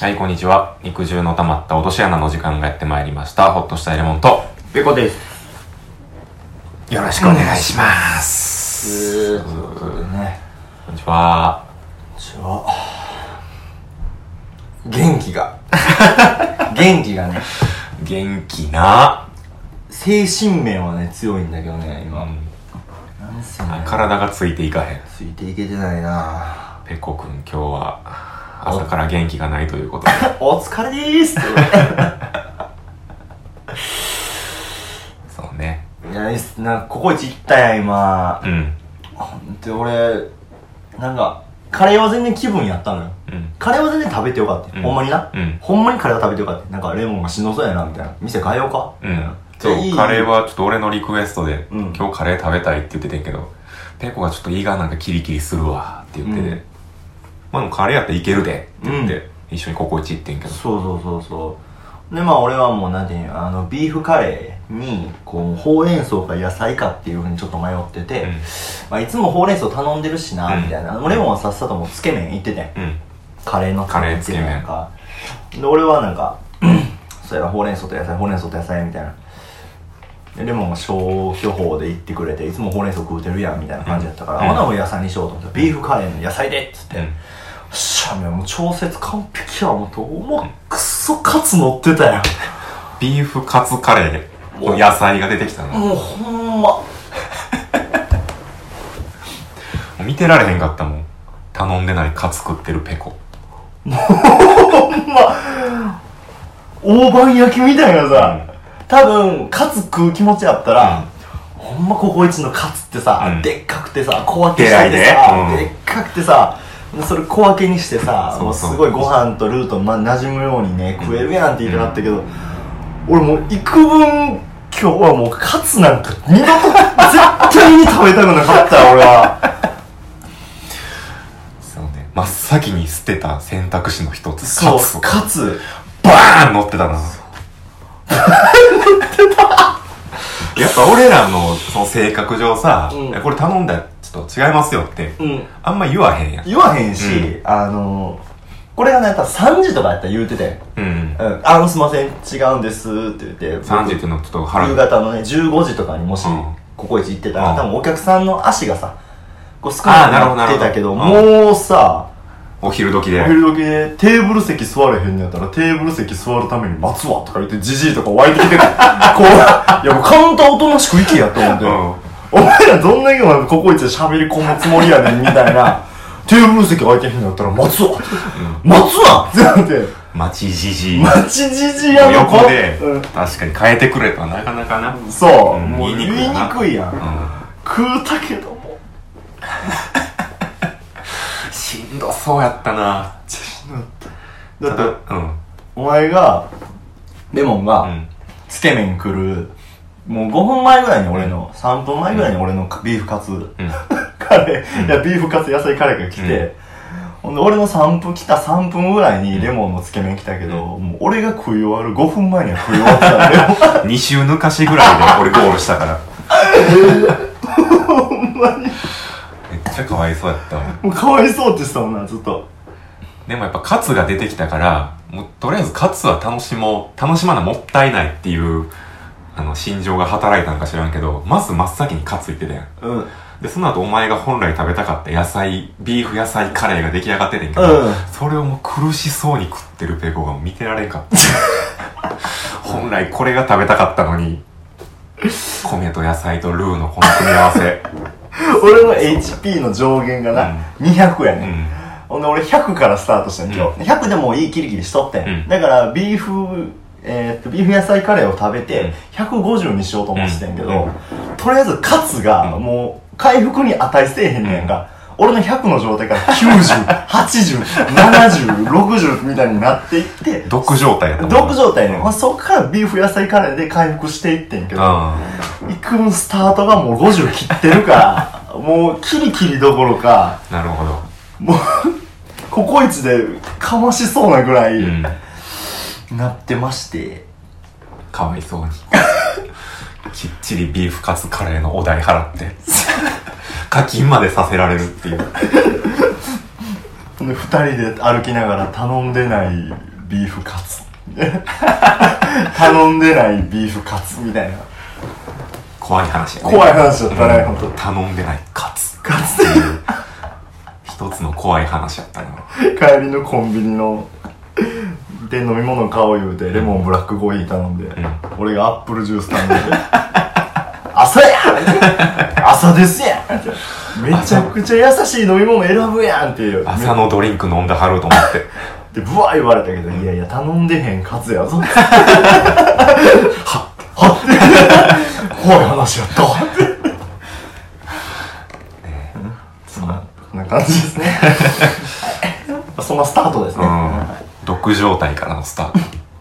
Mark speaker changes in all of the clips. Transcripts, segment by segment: Speaker 1: はい、こんにちは。肉汁の溜まった落とし穴の時間がやってまいりました。ほっとしたエレモンと。
Speaker 2: ペコです。
Speaker 1: よろしくお願いします。
Speaker 2: ということでね、
Speaker 1: こんにちは。
Speaker 2: 私は、元 気が、元気がね、
Speaker 1: 元気な。
Speaker 2: 精神面はね、強いんだけどね、
Speaker 1: う
Speaker 2: 今。
Speaker 1: ん、
Speaker 2: なんせね、
Speaker 1: 体がついていかへん。
Speaker 2: ついていけてないな
Speaker 1: ペコくん、今日は朝から元気がないということで。
Speaker 2: お疲れでーす
Speaker 1: そうね。
Speaker 2: いや、いいっすなんか、ココイチ行ったやん、今。
Speaker 1: うん。
Speaker 2: で、俺、なんか、カレーは全然気分やったのよ。
Speaker 1: うん。
Speaker 2: カレーは全然食べてよかったよ、
Speaker 1: うん
Speaker 2: ほんまにな。
Speaker 1: うん
Speaker 2: ほんまにカレーは食べてよかった。なんか、レモンがしんどそうやな、みたいな。店変えようか
Speaker 1: うん。そう、カレー。はちょっと俺のリクエストで、
Speaker 2: うん
Speaker 1: 今日カレー食べたいって言っててんけど、ペコがちょっと胃がなんかキリキリするわって言ってて、
Speaker 2: うん
Speaker 1: まあでもカレーやったらいけるでって言って、一緒にココイチ行ってんけど。
Speaker 2: そうそうそうそうでまあ俺はもうなんていうのあのビーフカレーにこうほうれん草か野菜かっていうふうにちょっと迷ってて、
Speaker 1: うん
Speaker 2: まあ、いつもほうれん草頼んでるしな、
Speaker 1: うん
Speaker 2: みたいな俺もさっさともうつけ麺行っててん
Speaker 1: うん。
Speaker 2: カレーの
Speaker 1: カレーつけ麺
Speaker 2: なんかで俺はなんか そうやらほうれん草と野菜ほうれん草と野菜みたいなでレモンが消去法で行ってくれていつもほうれん草食うてるやんみたいな感じやったから、
Speaker 1: うん
Speaker 2: あんなもん野菜にしようと思ってビーフカレーの野菜でっつって、
Speaker 1: うん
Speaker 2: よっしゃもう調節完璧や思ってお前クソカツ乗ってたやん
Speaker 1: ビーフカツカレーで、こう野菜が出てきたの。も
Speaker 2: もうほんま
Speaker 1: う見てられへんかったもん。頼んでないカツ食ってるペコ。
Speaker 2: 大判焼きみたいなさ、
Speaker 1: う
Speaker 2: 多分カツ食う気持ちやったら、
Speaker 1: うん
Speaker 2: ほんまココイチのカツってさ、
Speaker 1: うん
Speaker 2: でっかくてさ小分けしたりで
Speaker 1: で
Speaker 2: さ
Speaker 1: かいね
Speaker 2: で,、
Speaker 1: うん
Speaker 2: っかくてさそれ小分けにしてさ
Speaker 1: そうそう
Speaker 2: もうすごいご飯とルーと、ま、馴染むようにね食えるやんって言いたかったけど、俺もう幾分今日はもうカツなんか二度と絶対に食べたくなかったよ俺 は
Speaker 1: そうね。真っ先に捨てた選択肢の一つ、
Speaker 2: そ
Speaker 1: カ
Speaker 2: う
Speaker 1: ツを。
Speaker 2: カツ
Speaker 1: バーン乗ってたな。 やっぱ俺らのその性格上さ、
Speaker 2: うん
Speaker 1: えこれ頼んだらちょっと違いますよって、
Speaker 2: うん
Speaker 1: あんま言わへんやん。
Speaker 2: 言わへんし、
Speaker 1: う
Speaker 2: あのこれがね多分3時とかやったら言うてて
Speaker 1: うん。
Speaker 2: うん、あのすいません違うんですって言って僕
Speaker 1: 3時っていうのはちょっと腹
Speaker 2: 夕
Speaker 1: が。
Speaker 2: 方のね15時とかにもし
Speaker 1: うん
Speaker 2: ココイチ行ってたら、
Speaker 1: うん
Speaker 2: 多分お客さんの足がさこう少なく
Speaker 1: あーな
Speaker 2: なっ
Speaker 1: るほど
Speaker 2: てたけど
Speaker 1: なるほ
Speaker 2: もうさ
Speaker 1: お昼時
Speaker 2: お
Speaker 1: で。
Speaker 2: 昼時でテーブル席座れへんのやったらテーブル席座るために待つわとか言ってじじいとか湧いてきてこう いやもうカウンターおとなしく行けやと思って、
Speaker 1: うん
Speaker 2: お前らどんだけお前ココイチで喋り込むつもりやねんみたいな テーブル席空いてへんのやったら待つわ、待つわってなって
Speaker 1: 待ちじじい。
Speaker 2: 待ちじじいやの
Speaker 1: 横で、
Speaker 2: うん
Speaker 1: 確かに変えてくれとはなかなかな。うん。
Speaker 2: そう、
Speaker 1: うん
Speaker 2: もう
Speaker 1: 言
Speaker 2: 言
Speaker 1: い
Speaker 2: い
Speaker 1: にくい
Speaker 2: に
Speaker 1: な
Speaker 2: くいやん、食うたけども
Speaker 1: しんどそうやったな。
Speaker 2: だっ
Speaker 1: た
Speaker 2: て
Speaker 1: だうん。
Speaker 2: お前がレモン
Speaker 1: う
Speaker 2: が
Speaker 1: ん。
Speaker 2: つけ麺来るもう5分前ぐらいに俺の3分前ぐらいに俺のビーフカツ、
Speaker 1: うん。
Speaker 2: カレーいやビーフカツ野菜カレーが来て、ほんで俺の3分来た3分ぐらいにレモンのつけ麺来たけど、もう俺が食い終わる5分前には食い終わってたレモン
Speaker 1: 2週抜かしぐらいで俺ゴールしたからほんまにめっちゃかわいそうやったわ
Speaker 2: もうかわいそうって言ってたもんなずっと
Speaker 1: でもやっぱカツが出てきたからもうとりあえずカツは楽しもう楽しまなもったいないっていうあの心情が働いたのか知らんけどまず真っ先にカツいってたやん
Speaker 2: うんうん
Speaker 1: でその後お前が本来食べたかった野菜ビーフ野菜カレーが出来上がっててんけど、それをもう苦しそうに食ってるペコが見てられんかった 本来これが食べたかったのに米と野菜とルーのこの組み合わせ
Speaker 2: 俺の HP の上限がな、200やね、
Speaker 1: うん
Speaker 2: ほんで俺100からスタートしたん今日、100でもういいキリキリしとってん、
Speaker 1: うん
Speaker 2: だからビーフえーっとビーフ野菜カレーを食べて150にしようと思ってたんやけど、
Speaker 1: うん
Speaker 2: とりあえずカツがもう回復に値せえへんねんが、俺の100の状態から90807060みたいになっていって
Speaker 1: 毒状態やったもん
Speaker 2: 毒状態やね、、
Speaker 1: うんん
Speaker 2: ほんでそっからビーフ野菜カレーで回復していってんけど、
Speaker 1: あ
Speaker 2: いくんスタートがもう50切ってるからもうキリキリどころか
Speaker 1: あなるほど
Speaker 2: もう ココイチでかましそうなぐらい、
Speaker 1: うん
Speaker 2: なってまして
Speaker 1: かわいそうに きっちりビーフカツカレーのお代払って 課金までさせられるっていう
Speaker 2: で2人で歩きながら頼んでないビーフカツ 頼んでないビーフカツみたいな
Speaker 1: 怖い話やね
Speaker 2: 怖い話だったね
Speaker 1: うん
Speaker 2: 本当
Speaker 1: 頼んでないカツ
Speaker 2: カツ
Speaker 1: っていう一つの怖い話やったな
Speaker 2: 帰りのコンビニので飲み物買おう言うてレモンブラックコーヒー頼んで、
Speaker 1: ん
Speaker 2: 俺がアップルジュース頼んで 朝や 朝ですやめちゃくちゃ優しい飲み物選ぶやんっていう
Speaker 1: 朝のドリンク飲んではると思って
Speaker 2: でブワー言われたけど、いやいや頼んでへんカツやぞはっはっ怖い話やったわってそんなそんな感じですねそんなスタートですね、
Speaker 1: うん毒状態からのスタート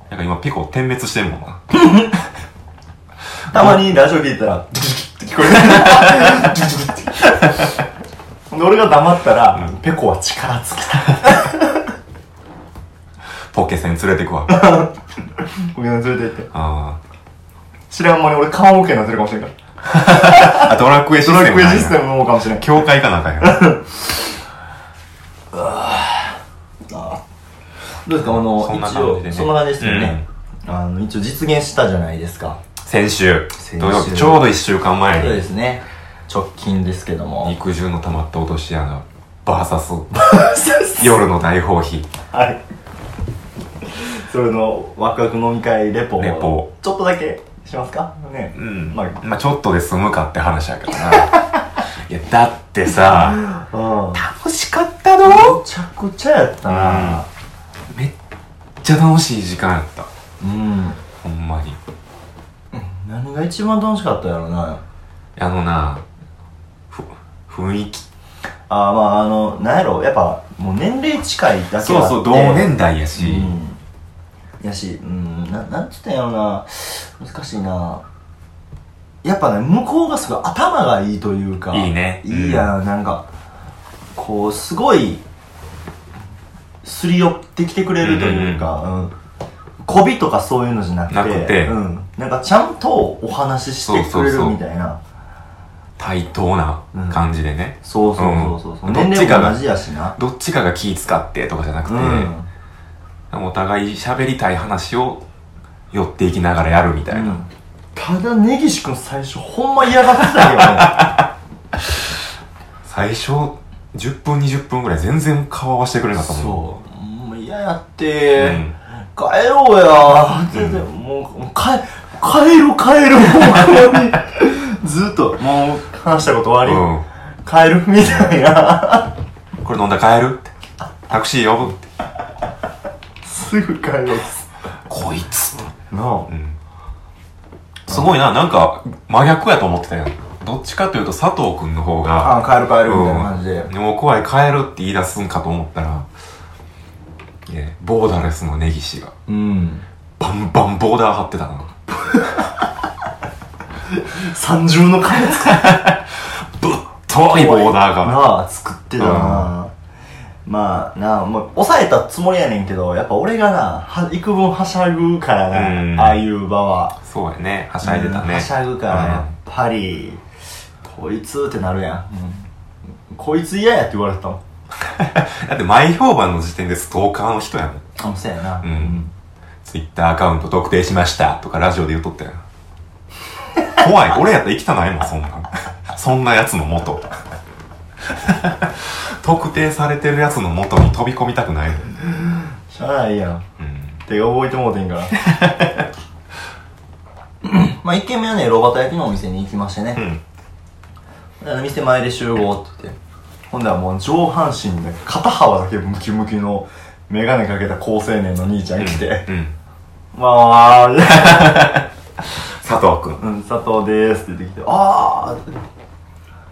Speaker 1: なんか今ペコ点滅してるもんな
Speaker 2: たまにラジオ聞いたら、ドゥクドゥクドゥクって聞こえる。ドゥクドゥクドゥクで俺が黙ったら、ペコは力尽きた。
Speaker 1: ポケセン連れてくわ
Speaker 2: ごめんなさい、連れて行って。
Speaker 1: あ
Speaker 2: 知らん間に俺顔模型になってるかもしれんから。
Speaker 1: ーあドラクエシ
Speaker 2: ド
Speaker 1: ステム
Speaker 2: ラクエ
Speaker 1: なん
Speaker 2: システ
Speaker 1: や
Speaker 2: ムの方かもしれん。
Speaker 1: 教会かなんかや
Speaker 2: どうですか、あの
Speaker 1: そんな感じでね
Speaker 2: そんな感じですよね。あの、一応実現したじゃないですか。
Speaker 1: 先週
Speaker 2: 先週
Speaker 1: 土曜日ちょうど1週間前
Speaker 2: そう
Speaker 1: に
Speaker 2: ですね。直近ですけども。
Speaker 1: 肉汁の溜まった落とし穴 VS 夜の大放棄
Speaker 2: はい。それの、ワクワク飲み会レポを
Speaker 1: レポ
Speaker 2: ちょっとだけしますかね。
Speaker 1: うん
Speaker 2: ま
Speaker 1: ま
Speaker 2: あ
Speaker 1: あ、ちょっとで済むかって話や からないやだってさ
Speaker 2: うん。め
Speaker 1: 楽しかった
Speaker 2: ちゃくちゃやったな
Speaker 1: めっちゃ楽しい時間やった
Speaker 2: うん。
Speaker 1: ほんまに
Speaker 2: 何が一番楽しかったやろな
Speaker 1: あのなふ雰囲気
Speaker 2: ああまああのなんやろやっぱもう年齢近いだけあって
Speaker 1: そうそう同年代や
Speaker 2: う
Speaker 1: し、
Speaker 2: んやしうんななんつったんやろな難しいなやっぱね向こうがすごい頭がいいというか
Speaker 1: いいね
Speaker 2: いいやん、なんかこうすごいすり寄ってきてくれるというか、うん媚びとかそういうのじゃなくて
Speaker 1: なくて
Speaker 2: うん、なんかちゃんとお話ししてくれ
Speaker 1: そう
Speaker 2: る
Speaker 1: そうそう
Speaker 2: みたいな
Speaker 1: 対等な感じでね、
Speaker 2: そうそうそうそうそう、
Speaker 1: うん
Speaker 2: 年
Speaker 1: どっちか
Speaker 2: 齢
Speaker 1: が
Speaker 2: も同じやしな
Speaker 1: どっちかが気使ってとかじゃなくて、
Speaker 2: うん
Speaker 1: お互い喋りたい話を寄っていきながらやるみたいな、
Speaker 2: ただ根岸君最初ほんま嫌がって た
Speaker 1: 最初10分20分ぐらい全然顔合わせてくれな
Speaker 2: けど
Speaker 1: かったもん
Speaker 2: そうもう嫌やっ
Speaker 1: う
Speaker 2: て、
Speaker 1: ん
Speaker 2: 帰ろうやって言って、もうもう帰帰ろう帰ろうもうここ にずっともう話したこと終わり、
Speaker 1: うん
Speaker 2: 帰るみたいな
Speaker 1: これ飲んだら帰るってタクシー呼ぶって
Speaker 2: すぐ帰ろうっす
Speaker 1: こいつ、
Speaker 2: なあ
Speaker 1: うん、すごいななんか真逆やと思ってたやんどっちかというと佐藤君の方が
Speaker 2: あ帰る帰るみたいな感じで、
Speaker 1: うんもう怖い帰るって言い出すんかと思ったら、ね、ボーダーレスの根岸が
Speaker 2: うん、
Speaker 1: バンバンボーダー張ってたな
Speaker 2: 三重の壁作っ
Speaker 1: ぶっとい ボーダーが
Speaker 2: たなあ作ってたな、まあなあもう抑えたつもりやねんけどやっぱ俺がなは幾分はしゃぐからな、
Speaker 1: うん
Speaker 2: ああいう場は
Speaker 1: そうやねはしゃいでた
Speaker 2: うん
Speaker 1: ね
Speaker 2: はしゃぐから
Speaker 1: うん
Speaker 2: やっぱり、こいつってなるやん、こいつ嫌やって言われてたもん
Speaker 1: だって前評判の時点でストーカーの人やもん
Speaker 2: あもうそうやな、
Speaker 1: うんツイッターアカウント特定しましたとかラジオで言うとったよ怖い俺やったら生きたないもんそんなんそんなやつの元 特定されてるやつの元に飛び込みたくないの
Speaker 2: しゃあないやん
Speaker 1: うん
Speaker 2: 手が覚えてもうてんから まあ1軒目はねロバタ焼きのお店に行きまして
Speaker 1: う
Speaker 2: ね、
Speaker 1: ん
Speaker 2: あの店前で集合って言ってほんではもう上半身だけ肩幅だけムキムキの眼鏡かけた高青年の兄ちゃん来て
Speaker 1: うん
Speaker 2: 「わ、あ、
Speaker 1: 佐藤君
Speaker 2: うん、佐藤です」って言ってきて「あ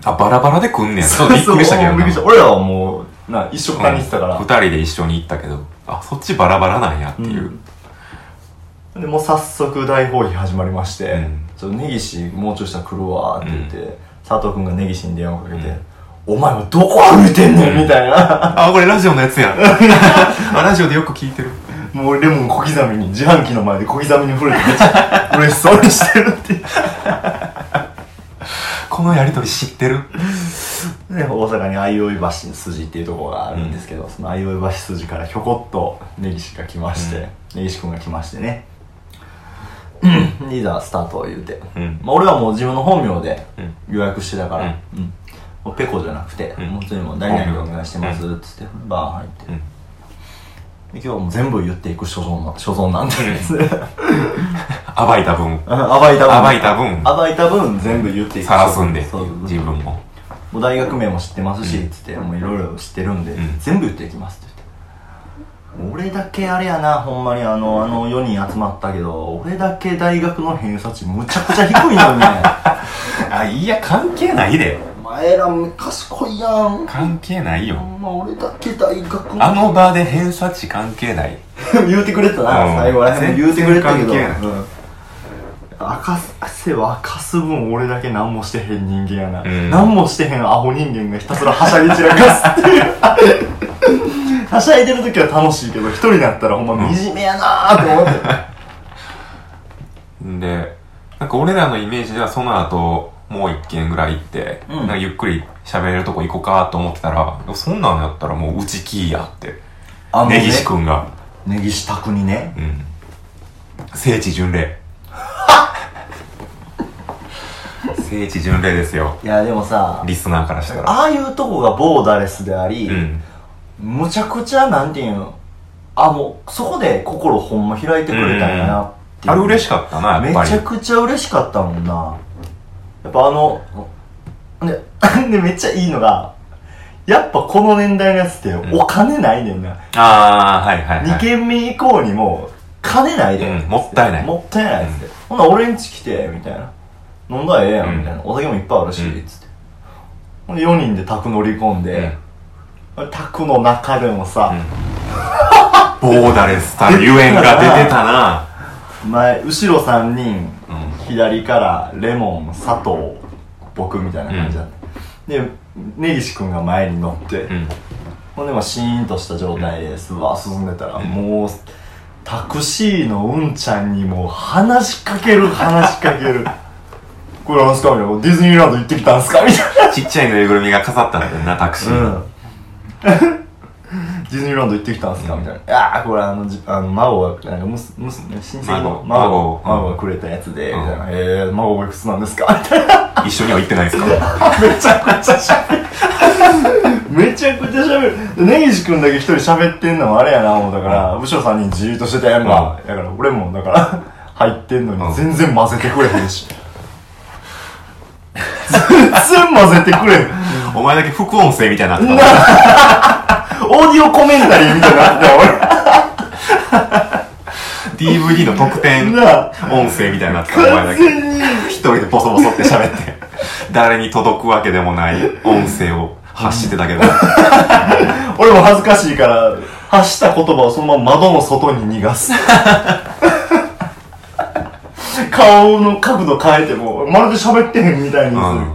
Speaker 2: あ」
Speaker 1: あバラバラで来んねんちょっとびっくりしたけど
Speaker 2: そう
Speaker 1: な
Speaker 2: びっくりした俺らはもうな一緒くたにしてたから、
Speaker 1: うん二人で一緒に行ったけどあそっちバラバラなんやっていう、
Speaker 2: でもう早速大放棄始まりまして、
Speaker 1: うん
Speaker 2: ちょっと根岸もうちょいしたら来るわって言って、
Speaker 1: う
Speaker 2: 佐藤君が根岸に電話をかけて、
Speaker 1: うん
Speaker 2: お前はどこ歩いてんねんみた いな。
Speaker 1: あこれラジオのやつや あラジオでよく聞いてる
Speaker 2: もうレモン小刻みに、自販機の前で小刻みに触れて、めっちゃ嬉しそうにしてるっていう。
Speaker 1: このやりとり知ってる
Speaker 2: で大阪に相生橋筋っていうところがあるんですけど、その相生橋筋からひょこっと根岸が来まして、
Speaker 1: うん
Speaker 2: 根岸君が来ましてね「リーダースタート」言うて、
Speaker 1: うん
Speaker 2: まあ、俺はもう自分の本名で
Speaker 1: うん
Speaker 2: 予約してたから、うんもうペコじゃなくて、
Speaker 1: うん
Speaker 2: 本当にもう「何々でお願いしてます」っつってバー入って、
Speaker 1: うん
Speaker 2: で今日はもう全部言っていく所存な所存なんです、
Speaker 1: 暴いた分
Speaker 2: 暴いた分
Speaker 1: 暴いた分
Speaker 2: 暴いた分全部言っていく
Speaker 1: 晒すんで
Speaker 2: そう
Speaker 1: 自分も
Speaker 2: もう大学名も知ってますし、
Speaker 1: うん
Speaker 2: つって、もういろいろ知ってるんで、
Speaker 1: うん
Speaker 2: 全部言っていきますって言って。俺だけあれやな、ほんまにあの、あの4人集まったけど、俺だけ大学の偏差値むちゃくちゃ低いのよね。
Speaker 1: あいや関係ないで
Speaker 2: お前ら賢いやん。
Speaker 1: 関係ない
Speaker 2: ほ
Speaker 1: よ
Speaker 2: んま俺だけ大学
Speaker 1: あの場で偏差値関係ない
Speaker 2: 言うてくれてたな、
Speaker 1: うん
Speaker 2: 最後らへんも言うてくれてたけど、
Speaker 1: 全然関係
Speaker 2: うん明かす汗は明かす分俺だけ何もしてへん人間やな、
Speaker 1: うん
Speaker 2: 何もしてへんアホ人間がひたすらはしゃぎ散らかすっていう はしゃいでる時は楽しいけど一人になったらほんま惨めやなーって思って、
Speaker 1: んでなんか俺らのイメージではその後もう一軒ぐらい行って、
Speaker 2: うん
Speaker 1: なんかゆっくり喋れるとこ行こうかと思ってたらそんなんやったらもううちきいやって
Speaker 2: あの
Speaker 1: 根岸君が
Speaker 2: 根岸拓にね
Speaker 1: うん聖地巡 礼聖地巡礼ですよ
Speaker 2: いやでもさ
Speaker 1: リスナーからしたら
Speaker 2: ああいうとこがボーダーレスであり、
Speaker 1: うん
Speaker 2: むちゃくちゃなんていうんあもうそこで心ほんま開いてくれたんやなっていう、
Speaker 1: あれ嬉しかったなや
Speaker 2: め
Speaker 1: っぱり
Speaker 2: ちゃくちゃ嬉しかったもんなやっぱあの ででめっちゃいいのがやっぱこの年代のやつって
Speaker 1: ん
Speaker 2: お金ないねんな、
Speaker 1: ああはいはいは
Speaker 2: 2
Speaker 1: い
Speaker 2: 軒目以降にも金ないで、
Speaker 1: うんもったいない
Speaker 2: もったいないっつって、ほんなら俺んち来てみたいな飲んだらええやん、
Speaker 1: うん
Speaker 2: みたいなお酒もいっぱいあるし、
Speaker 1: うん
Speaker 2: つってほんで4人で宅乗り込んで、宅の中でもさ、
Speaker 1: うんボーダレスたるゆえんが出てたな
Speaker 2: 前後ろ3人
Speaker 1: うん
Speaker 2: 左からレモン佐藤僕みたいな感じだった、で根岸君が前に乗って、
Speaker 1: うん
Speaker 2: ほんでまあシーンとした状態ですわ進んでたら、もうタクシーのうんちゃんにもう話しかける話しかけるこれなんすかみたいなディズニーランド行ってきたんすかみたいな
Speaker 1: ちっちゃいぬいぐるみが飾ったんだよなタクシーに、
Speaker 2: ディズニーランド行ってきたんすかみたいな。いやー、これあの、じあの、孫が、なんか、むす、むす、親戚の
Speaker 1: 孫
Speaker 2: 孫、
Speaker 1: 孫
Speaker 2: 孫がくれたやつで、み
Speaker 1: うん
Speaker 2: たいな。えー、孫おいくつなんですかみたいな。
Speaker 1: 一緒には行ってないですか
Speaker 2: めちゃくちゃ喋る。めちゃくちゃ喋る。根岸くんだけ一人喋ってんのもあれやな、思うだから、後ろさんにじーっとしてたやんか。だから、俺も、だから、 入ってんの
Speaker 1: う
Speaker 2: に
Speaker 1: ん
Speaker 2: 全然混ぜてくれへんし。全然混ぜてくれへん。
Speaker 1: お前だけ副音声みたいになってた
Speaker 2: オーディオコメンタリーみたいになってたよ、俺。
Speaker 1: DVD の特典
Speaker 2: なあ
Speaker 1: 音声みたいになってたお前だ
Speaker 2: 完
Speaker 1: け
Speaker 2: 全に
Speaker 1: 一人でボソボソって喋って誰に届くわけでもない音声を発してたけど、
Speaker 2: 俺も恥ずかしいから発した言葉をそのまま窓の外に逃がす顔の角度変えてもまるで喋ってへんみたいにする、
Speaker 1: うん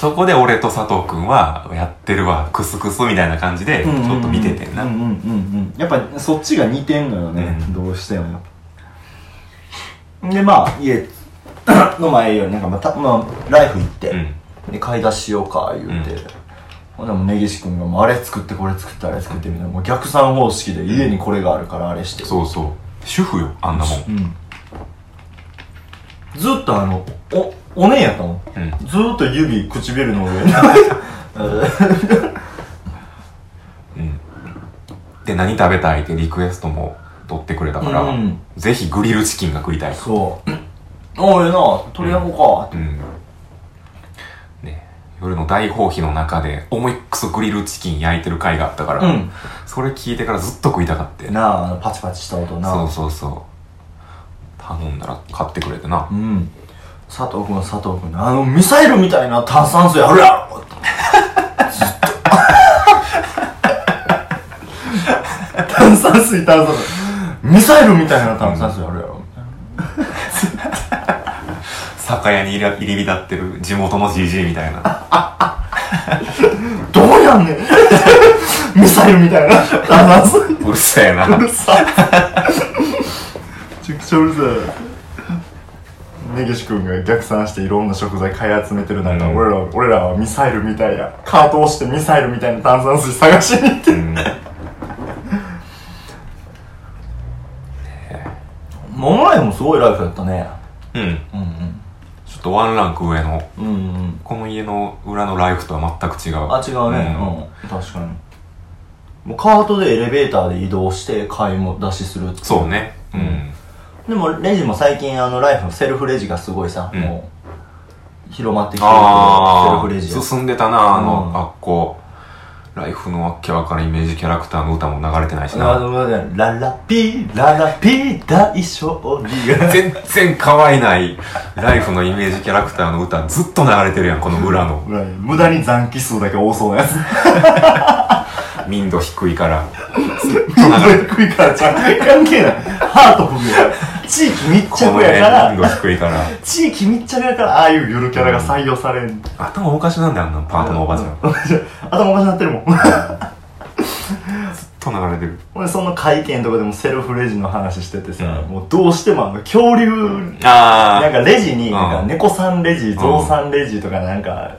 Speaker 1: そこで俺と佐藤君はやってるわクスクスみたいな感じでちょっと見ててんな、
Speaker 2: うんうんうんうんやっぱそっちが似てんのよね、
Speaker 1: うん
Speaker 2: どうしてもやっぱでまあ家 の前よりなんかまた、まあ、ライフ行って、
Speaker 1: うん
Speaker 2: で買い出ししようか言うて、
Speaker 1: うん
Speaker 2: ほんでも根岸君がもうあれ作ってこれ作ってあれ作ってみたいなもう逆算方式で家にこれがあるからあれして
Speaker 1: そうそう主婦よあんなもん
Speaker 2: うんずっとあのおおねえやったもん
Speaker 1: うん
Speaker 2: ずーっと指唇 の上に
Speaker 1: で何食べたいってリクエストも取ってくれたから、
Speaker 2: うん
Speaker 1: ぜひグリルチキンが食いたい
Speaker 2: そうおいな鳥焼こうか、
Speaker 1: うんね夜の大放棄の中で思いっくそグリルチキン焼いてる回があったから、
Speaker 2: うん
Speaker 1: それ聞いてからずっと食いたかって
Speaker 2: なああのパチパチした音な
Speaker 1: そうそうそう頼んだら買ってくれてな
Speaker 2: うん佐藤君は佐藤君あのミサイルみたいな炭酸水あるやろずっと炭酸水炭酸水ミサイルみたいな炭酸水あるやろ、
Speaker 1: 酒屋に入り入り浸ってる地元のじじいみたい な
Speaker 2: どうやんねんミサイルみたいな炭酸水
Speaker 1: うるせえな
Speaker 2: うるさいめちゃくちゃうるさい根岸君が逆算していろんな食材買い集めてる中、
Speaker 1: うん
Speaker 2: 俺ら俺らはミサイルみたいなカートを押してミサイルみたいな炭酸水探しに行って
Speaker 1: うん
Speaker 2: モライもすごいライフやったね
Speaker 1: うん
Speaker 2: うんうん
Speaker 1: ちょっとワンランク上の
Speaker 2: うんうん
Speaker 1: この家の裏のライフとは全く違う
Speaker 2: あ違うねうん、確かにもうカートでエレベーターで移動して買いも出しするってい
Speaker 1: そうねうん、
Speaker 2: でもレジも最近あのライフのセルフレジがすごいさ、
Speaker 1: うん
Speaker 2: もう広まってきてるけどセル
Speaker 1: あ
Speaker 2: フレジ
Speaker 1: あ
Speaker 2: や
Speaker 1: 進んでたなあの、
Speaker 2: うん
Speaker 1: あっこライフのわけわからんイメージキャラクターの歌も流れてないし
Speaker 2: あ
Speaker 1: な
Speaker 2: のララピーララピー大勝利が
Speaker 1: 全然可愛ないライフのイメージキャラクターの歌ずっと流れてるやんこの裏の
Speaker 2: 無駄に残機数だけ多そうなやつ
Speaker 1: 民度低いから
Speaker 2: めっくいから着眼関係ないハートフルやから地域密
Speaker 1: この
Speaker 2: 着
Speaker 1: ね
Speaker 2: やから
Speaker 1: 民度低いから
Speaker 2: 地域密着やからああいうゆるキャラが採用されん
Speaker 1: 頭おかしなんだよあんなパートのおばちゃんずっ
Speaker 2: 頭おかしなってるもん
Speaker 1: と流れてる
Speaker 2: 俺その会見とかでもセルフレジの話しててさ、
Speaker 1: うん
Speaker 2: もうどうしてもあの恐竜
Speaker 1: あ
Speaker 2: なんかレジに、
Speaker 1: ん
Speaker 2: なんか猫さんレジ、ゾウさんレジとかなんか、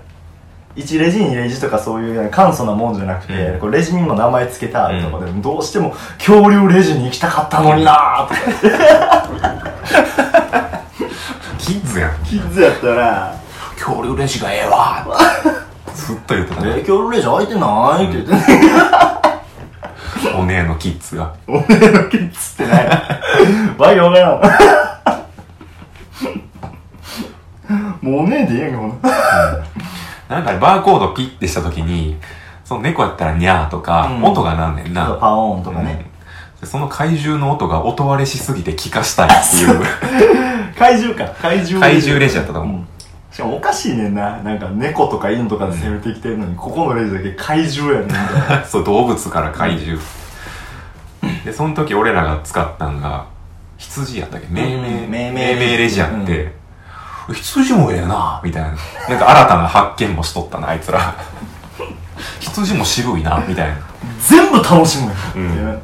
Speaker 2: 1レジ2レジとかそういう簡素なもんじゃなくて、
Speaker 1: うん
Speaker 2: こうレジにも名前つけたとかで、どうしても恐竜レジに行きたかったのになーとか、
Speaker 1: キッズやん
Speaker 2: キッズやったら、
Speaker 1: 恐竜レジがええわ ずっと言ってた
Speaker 2: え、
Speaker 1: ね
Speaker 2: 恐竜レジ開いてないって言って ね、
Speaker 1: お姉のキッズが
Speaker 2: おめえのキッズってない。わけわからん。 もうおねえでいいやんか、ほんな
Speaker 1: なんかバーコードピッてした時にその猫やったらニャーとか、
Speaker 2: うん
Speaker 1: 音がなんねんな
Speaker 2: パオーンとかね。
Speaker 1: うんでその怪獣の音が音割れしすぎて聞かしたいっていう
Speaker 2: 怪獣か、怪獣
Speaker 1: 怪獣レジやったと思う、
Speaker 2: うんしかもおかしいねんな。なんか猫とか犬とかで攻めてきてんのに、ここのレジだけ怪獣やねんみたい な。
Speaker 1: そう動物から怪獣、でその時俺らが使ったんが羊やったっけ命名、
Speaker 2: うん命名
Speaker 1: 命名レジやって、羊もええなみたいななんか新たな発見もしとったなあいつら 羊も渋いなみたいな
Speaker 2: 全部楽しむね
Speaker 1: うん
Speaker 2: ん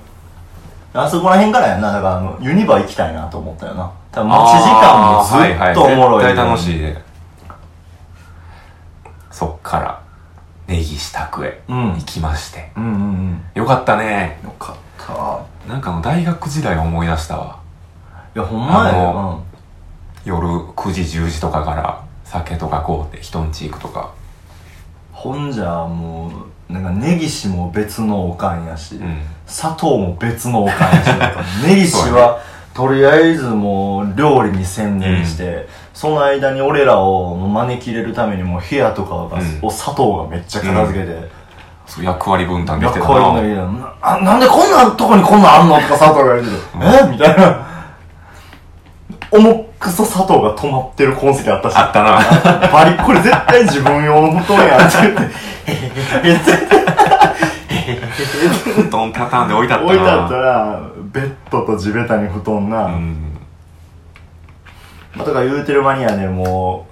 Speaker 2: あそこら辺からやんな。だからあの、ユニバ行きたいなと思ったよな。多分待ち時間もずっとおも
Speaker 1: あー
Speaker 2: ろい、
Speaker 1: はは絶対楽し
Speaker 2: い。
Speaker 1: いねそっから根岸宅へ
Speaker 2: うん
Speaker 1: 行きまして、
Speaker 2: うんうん
Speaker 1: よかったね
Speaker 2: うん。よかった。
Speaker 1: なんかあの大学時代思い出したわ
Speaker 2: いや、ほんまや
Speaker 1: あ
Speaker 2: よ
Speaker 1: の。夜9時10時とかから酒とかこうって人んち行くとか
Speaker 2: うんほんじゃ、もう、なんか、根岸も別のおかんやし、
Speaker 1: うん
Speaker 2: 砂糖も別のおかんやしだから、根岸は、とりあえずもう料理に専念して、その間に俺らを招き入れるためにもう部屋とかが、
Speaker 1: うん
Speaker 2: お砂糖がめっちゃ片付けて、
Speaker 1: そう役割分担できて
Speaker 2: 学
Speaker 1: た
Speaker 2: 校行く
Speaker 1: な
Speaker 2: のになあなんでこんなとこにこんなんあんのとか佐藤が言うてるえみたいな重くそ佐藤が止まってる痕跡あったし
Speaker 1: あったな
Speaker 2: バリこれ絶対自分用の布団やって言って「へへへへへへへへ へへ
Speaker 1: 布団畳んで置いてあっ
Speaker 2: へ
Speaker 1: たな
Speaker 2: 置いてあったらベッドと地べたに布団な、
Speaker 1: うん
Speaker 2: まあとか言うてる間にはねも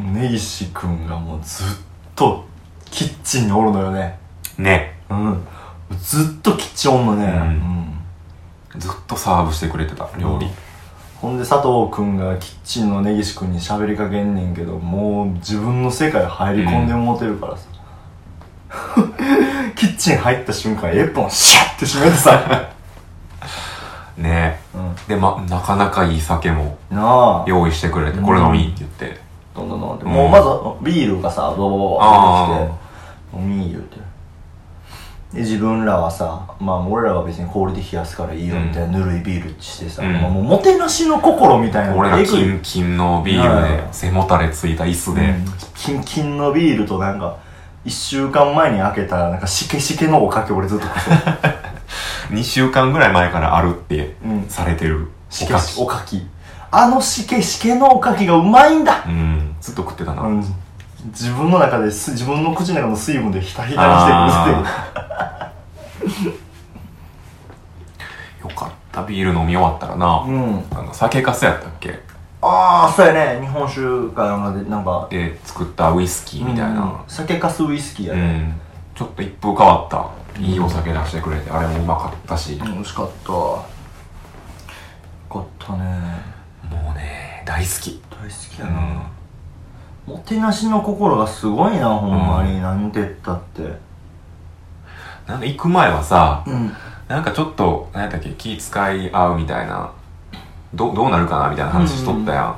Speaker 2: う根岸君がもうずっとキッチンにおるのよね
Speaker 1: ね
Speaker 2: うんずっとキッチンおんのね、
Speaker 1: うん
Speaker 2: うん
Speaker 1: ずっとサーブしてくれてた料理、
Speaker 2: ほんで佐藤君がキッチンの根岸君に喋りかけんねんけどもう自分の世界入り込んでもうてるからさ、 キッチン入った瞬間エプロンシャッて閉め てさ、
Speaker 1: ね
Speaker 2: うん、
Speaker 1: で、ま、なかなかいい酒も
Speaker 2: なあ
Speaker 1: 用意してくれて、これ飲みって言って。
Speaker 2: どんどんどんで、
Speaker 1: うん
Speaker 2: もうまずビールがさボボボボってきて飲み言うてで自分らはさまあ俺らは別に氷で冷やすからいいよみたいな、ぬるいビールしてさ、
Speaker 1: うん
Speaker 2: まあもうもてなしの心みたいな
Speaker 1: 俺ら
Speaker 2: えぐい
Speaker 1: キンキンのビールで背もたれついた椅子で、
Speaker 2: キンキンのビールとなんか1週間前に開けたなんかしけしけのおかき俺ずっと食って た
Speaker 1: 2週間ぐらい前からあるって
Speaker 2: うん
Speaker 1: されてる
Speaker 2: し
Speaker 1: お
Speaker 2: け
Speaker 1: か
Speaker 2: し
Speaker 1: き
Speaker 2: おかきあのしけしけのおかきがうまいんだ、
Speaker 1: うんずっと食ってたな、
Speaker 2: うん、自分の中です自分の口の中の水分でひたひたにしてくるって
Speaker 1: あーよかったビール飲み終わったらな、
Speaker 2: うん
Speaker 1: あの酒かすやったっけ
Speaker 2: ああそうやね日本酒かなんかでなんか
Speaker 1: で作ったウイスキーみたいな
Speaker 2: うん酒かすウイスキーや
Speaker 1: うん、
Speaker 2: ね、
Speaker 1: ちょっと一風変わったいいお酒出してくれてあれもうまかったし、
Speaker 2: うん、美味しかったよかったね
Speaker 1: もうね大好き
Speaker 2: 大好き
Speaker 1: う
Speaker 2: やな、
Speaker 1: ん
Speaker 2: もてなしの心がすごいなほんまに、なんて言ったって
Speaker 1: なんか行く前はさ
Speaker 2: うん
Speaker 1: なんかちょっと何やったっけ気使い合うみたいなどどうなるかなみたいな話しとったや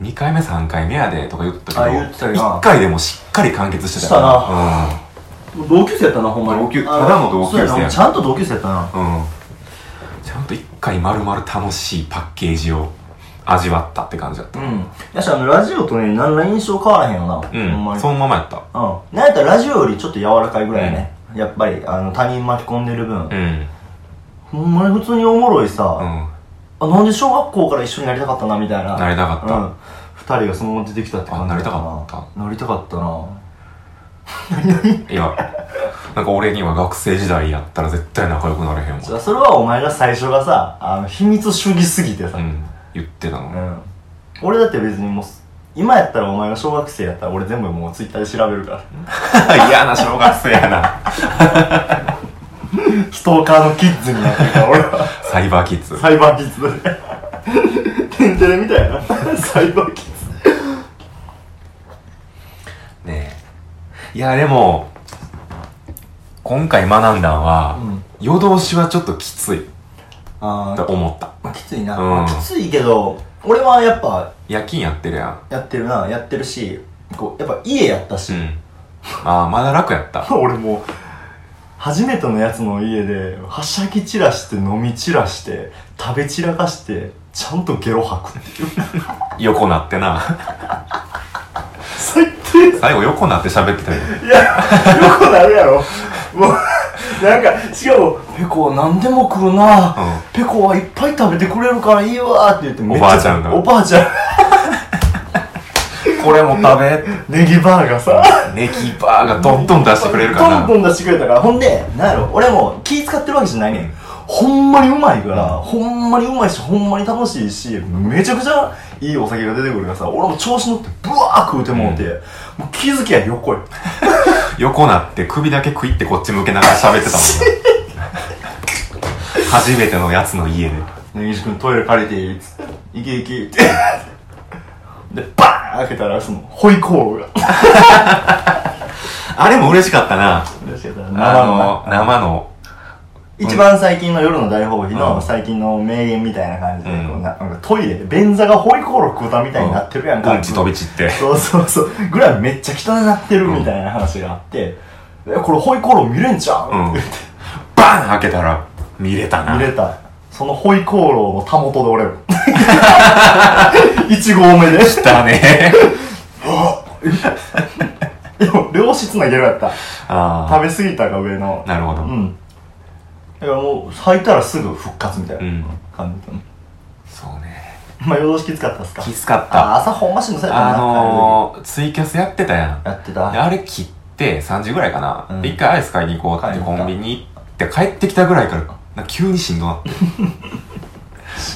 Speaker 1: ん、2回目3回目やでとか言っ
Speaker 2: あ
Speaker 1: たけど
Speaker 2: 言ってたよな
Speaker 1: 1回でもしっかり完結してた
Speaker 2: した
Speaker 1: な
Speaker 2: もう同級生やったなほんまに
Speaker 1: 同級
Speaker 2: あ
Speaker 1: ただの同級生や
Speaker 2: そうなちゃんと同級生やったな
Speaker 1: うん、うん、ちゃんと1回丸々楽しいパッケージを味わったって感じだった
Speaker 2: うんやしあのラジオとね何ら印象変わらへんよな、
Speaker 1: うん
Speaker 2: ほんまに
Speaker 1: そのままやった
Speaker 2: うんなんやったらラジオよりちょっと柔らかいぐらいね、やっぱりあの他人巻き込んでる分、
Speaker 1: うん
Speaker 2: ほんまに普通におもろいさ、
Speaker 1: うん
Speaker 2: あなんで小学校から一緒になりたかったなみたいな
Speaker 1: なりたかった
Speaker 2: うん二人がそのまま出てきたって感じだった
Speaker 1: あなりたか
Speaker 2: なりたかったない
Speaker 1: や、なんか俺には学生時代やったら絶対仲良くなれへんわ。
Speaker 2: じゃあそれはお前が最初がさあの秘密主義すぎてさ、
Speaker 1: う
Speaker 2: うん
Speaker 1: ん、言ってたの。
Speaker 2: 俺だって別にもう今やったらお前が小学生やったら俺全部もうツイッターで調べるから
Speaker 1: 嫌な小学生やな。
Speaker 2: ストーカーのキッズになってるから俺 は
Speaker 1: サイバーキッズ。
Speaker 2: サイバーキッズで天てれみた いなサイバーキッズ
Speaker 1: ねえ。いや、でも、今回学んだんは、
Speaker 2: うん
Speaker 1: 夜通しはちょっときつい
Speaker 2: あ
Speaker 1: と思った。
Speaker 2: まあ、きついな、
Speaker 1: うん
Speaker 2: まあきついけど俺はやっぱ
Speaker 1: 夜勤やってるやん。
Speaker 2: やってるなやってるしこうやっぱ家やったし、
Speaker 1: うん。ああ、まだ楽やった。
Speaker 2: 俺もう初めてのやつの家ではしゃぎ散らして飲み散らして食べ散らかしてちゃんとゲロ吐くっていう
Speaker 1: 横なってな。
Speaker 2: 最 低
Speaker 1: 最後横なって喋ってたよ。
Speaker 2: いやよくなるやろ もうなんかしかも「ペコは何でも食うな、
Speaker 1: うん
Speaker 2: ペコはいっぱい食べてくれるからいいわ」って言ってめっ
Speaker 1: おばあちゃんが
Speaker 2: おばあちゃん
Speaker 1: これも食べ。
Speaker 2: ネギバーガーさ
Speaker 1: ネギバーがどんどん出してくれるから
Speaker 2: ど
Speaker 1: な。
Speaker 2: んどん出してくれたからほんでなんやろ俺も気使ってるわけじゃないねん、ほんまにうまいから、ほんまにうまいしほんまに楽しいしめちゃくちゃいいお酒が出てくるからさ俺も調子乗ってブワー食うてもうて、もう気づきや横へ
Speaker 1: 横なって首だけ食いってこっち向けながら喋ってたもんな初めてのやつの家で
Speaker 2: 根岸君トイレ借りていいっつって行け行けってでバーン開けたらそのホイコーローが
Speaker 1: あれも嬉しかったなあの
Speaker 2: あの
Speaker 1: 生の
Speaker 2: 一番最近の夜の大放棄
Speaker 1: う
Speaker 2: の
Speaker 1: ん
Speaker 2: 最近の名言みたいな感じで、
Speaker 1: うん
Speaker 2: こうななんかトイレで便座がホイコーロー食うたみたいになってるやんか、
Speaker 1: うんち飛び散って
Speaker 2: そうそうそう。ぐらいめっちゃ汚なってるみたいな話があって、えこれホイコーロー見れんじゃ
Speaker 1: うんバ
Speaker 2: ん、って
Speaker 1: ーン開けたら見れたな
Speaker 2: 見れた。そのホイコーローのたもとで 俺も。1合目で。
Speaker 1: たね
Speaker 2: でも、良質なゲロやった。
Speaker 1: あ
Speaker 2: 食べ過ぎたが上の
Speaker 1: あ。なるほど、
Speaker 2: うん。だからもう、吐いたらすぐ復活みたい
Speaker 1: うん
Speaker 2: な感じだった
Speaker 1: そうね
Speaker 2: まあ、夜通しきつかったっすか
Speaker 1: きつかった
Speaker 2: あ、朝本ましのせいだな。
Speaker 1: あのー、ツイキャスやってたやん
Speaker 2: やって
Speaker 1: で
Speaker 2: た。
Speaker 1: あれ切って3時ぐらいかな、
Speaker 2: うん
Speaker 1: で一回アイス買いに行こうって
Speaker 2: 買いに行
Speaker 1: コ
Speaker 2: った
Speaker 1: ンビニ行って帰ってきたぐらいからなんか急にしんどなって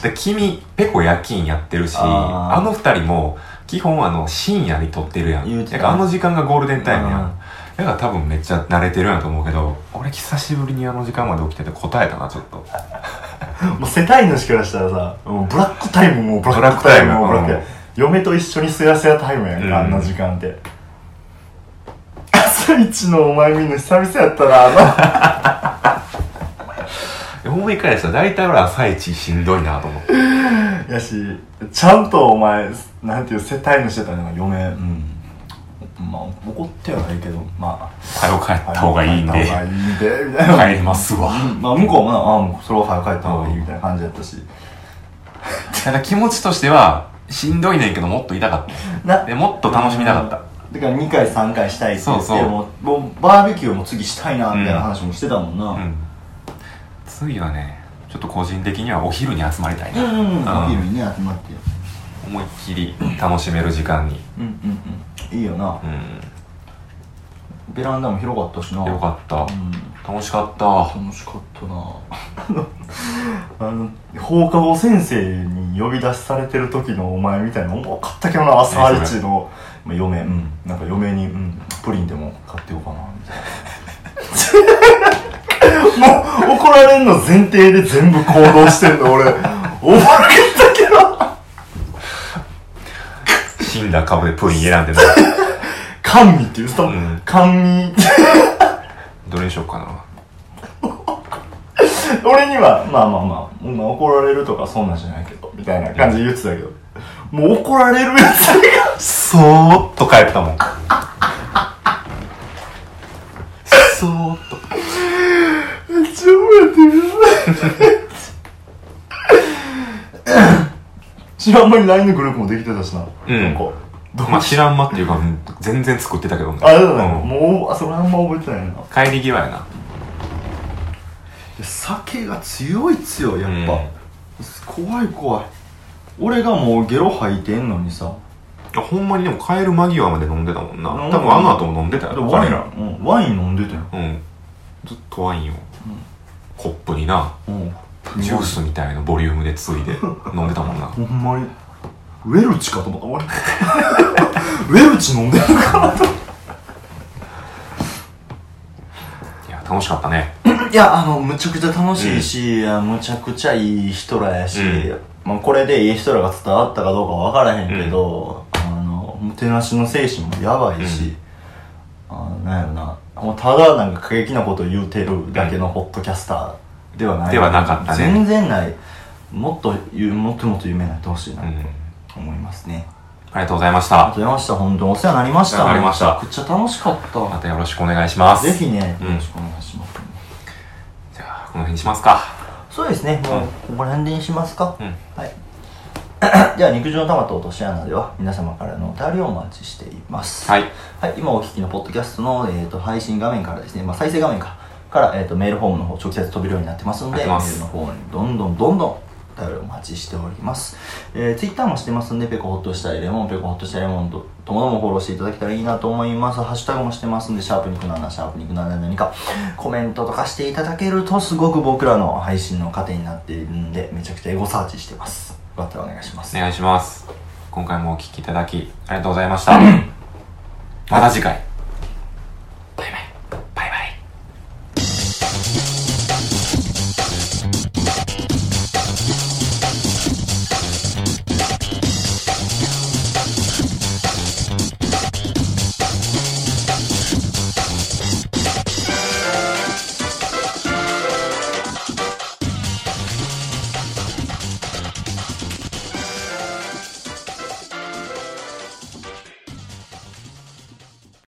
Speaker 1: で君ペコ夜勤やってるし
Speaker 2: あ
Speaker 1: あ
Speaker 2: ー
Speaker 1: の二人も基本あの深夜に撮ってるや
Speaker 2: 言うんて
Speaker 1: だ
Speaker 2: た
Speaker 1: からあの時間がゴールデンタイムや
Speaker 2: うんん
Speaker 1: だから多分めっちゃ慣れてるんやと思うけど俺久しぶりにあの時間まで起きてて答えたなちょっと
Speaker 2: もう世帯主からしたらさ、もうブラックタイムもブラックタイムもブラックタイム。嫁と一緒にすやすやタイムやんか、
Speaker 1: うん
Speaker 2: あんな時間って。朝一のお前みんな久々やったな、あ
Speaker 1: で思い返したら大体俺朝一しんどいなと 思って
Speaker 2: の、やし、ちゃんとお前、なんていう世帯主してたのが嫁、うん。まあ、怒ってはないけど、まあ、
Speaker 1: 早く帰った方がいいんで
Speaker 2: 帰った方がいいんで、みたいな。
Speaker 1: 帰りますわ
Speaker 2: まあ、向こうもな、ああ、もうそれは早く帰った方がいいみたいな感じだったし。
Speaker 1: なんか気持ちとしてはしんどいねんけどもっと痛かった
Speaker 2: な
Speaker 1: でもっと楽しみたかった
Speaker 2: だから2回3回したいって言って
Speaker 1: そうそう
Speaker 2: もうもうバーベキューも次したいなみたいな話もしてたもんな
Speaker 1: うん次はねちょっと個人的にはお昼に集まりたいな、
Speaker 2: うんうんうんお昼
Speaker 1: うん
Speaker 2: にね集まって
Speaker 1: 思いっきり楽しめる時間に、
Speaker 2: うんうんうんいいよな
Speaker 1: うん、
Speaker 2: ベランダも広かったしな
Speaker 1: よかった、
Speaker 2: う
Speaker 1: 楽しかった
Speaker 2: ん楽しかったな あの放課後先生に呼び出しされてる時のお前みたいな重かったけどな朝
Speaker 1: えそ
Speaker 2: 一のまあ嫁うんなんか嫁に、うん、プリンでも買ってようかなみたいな もう怒られんの前 提で全部行動してんの俺おもろかったけど
Speaker 1: な顔でプリン選んでな。
Speaker 2: 甘味っていうスタン
Speaker 1: うん
Speaker 2: 甘味
Speaker 1: どれにしようかな。
Speaker 2: 俺にはまあまあまあ、まあ、怒られるとかそんなんじゃないけどみたいな感じで言ってたけど、もう怒られるやつが
Speaker 1: そーっと帰ったもん。そーっと。
Speaker 2: めっちゃ覚えてる知らん間に LINE のグループもできてたしな、
Speaker 1: うん
Speaker 2: なんかどう
Speaker 1: まあ、知らんまっていうか、うん全然作ってたけどね。
Speaker 2: あれだな、
Speaker 1: うん
Speaker 2: もうあそれあんま覚えてないな
Speaker 1: 帰り際やな。
Speaker 2: で酒が強い強いやっ
Speaker 1: う
Speaker 2: ぱ、
Speaker 1: ん
Speaker 2: 怖い怖い俺がもうゲロ吐いてんのにさ
Speaker 1: いやほんまにでも帰る間際まで飲んでたもんな。
Speaker 2: うん
Speaker 1: 多分あの後も飲んでた
Speaker 2: で
Speaker 1: よ、
Speaker 2: ワイ
Speaker 1: 彼
Speaker 2: ン、
Speaker 1: ら。
Speaker 2: うん、ワイン飲んでたよ、
Speaker 1: うん。ずっとワインを、コップにな、
Speaker 2: うん、
Speaker 1: ジュースみたいなボリュームでつい で飲んでたもんな。
Speaker 2: ほんまにウェルチかと思った俺 ウェルチ飲んでるのか
Speaker 1: いや、楽しかったね。
Speaker 2: いやあのむちゃくちゃ楽しいし、あむちゃくちゃいい人らやし、
Speaker 1: うん
Speaker 2: まあ、これでいい人らが伝わったかどうかわからへんけど、あのもてなしの精神もやばいし、あなんやろなもうただなんか過激なことを言うてるだけのホットキャスターではない、
Speaker 1: ではなかったね
Speaker 2: 全然ないもっとゆもっともっと夢になってほしいな
Speaker 1: うん。あり
Speaker 2: と思いますね、
Speaker 1: がとうございまし
Speaker 2: ありが
Speaker 1: た。
Speaker 2: とうございました本当にお世話になりました
Speaker 1: お世話になりました
Speaker 2: めちゃくちゃ楽しか
Speaker 1: ま
Speaker 2: った
Speaker 1: よろしくお願いします。
Speaker 2: ぜひね、
Speaker 1: うん
Speaker 2: よろしくお願いします
Speaker 1: じゃあ、この辺にしますか。
Speaker 2: そうですね、もうここら辺でにしますか、
Speaker 1: うん。
Speaker 2: はい では肉汁の玉と落とし穴では皆様からのお便りをお待ちしています
Speaker 1: はい、
Speaker 2: はい、今お聞きのポッドキャストの、えー、と配信画面からですね、まあ、再生画面かから、えー、とメールフォームの方直接飛べるようになってますので
Speaker 1: やって
Speaker 2: メ
Speaker 1: ます
Speaker 2: ールの方にどんどんどんどんお便りをお待ちしております、えー、ツイッターもしてますんでペコホッとしたいレモンペコホッとしたいレモンとともどもフォローしていただけたらいいなと思いますハッシュタグもしてますんでシャープ肉の穴シャープ肉の穴何かコメントとかしていただけるとすごく僕らの配信の糧になっているんでめちゃくちゃエゴサーチしてますよかったらお願いします
Speaker 1: お願いします。今回もお聞きいただき、ありがとうございました。また次回。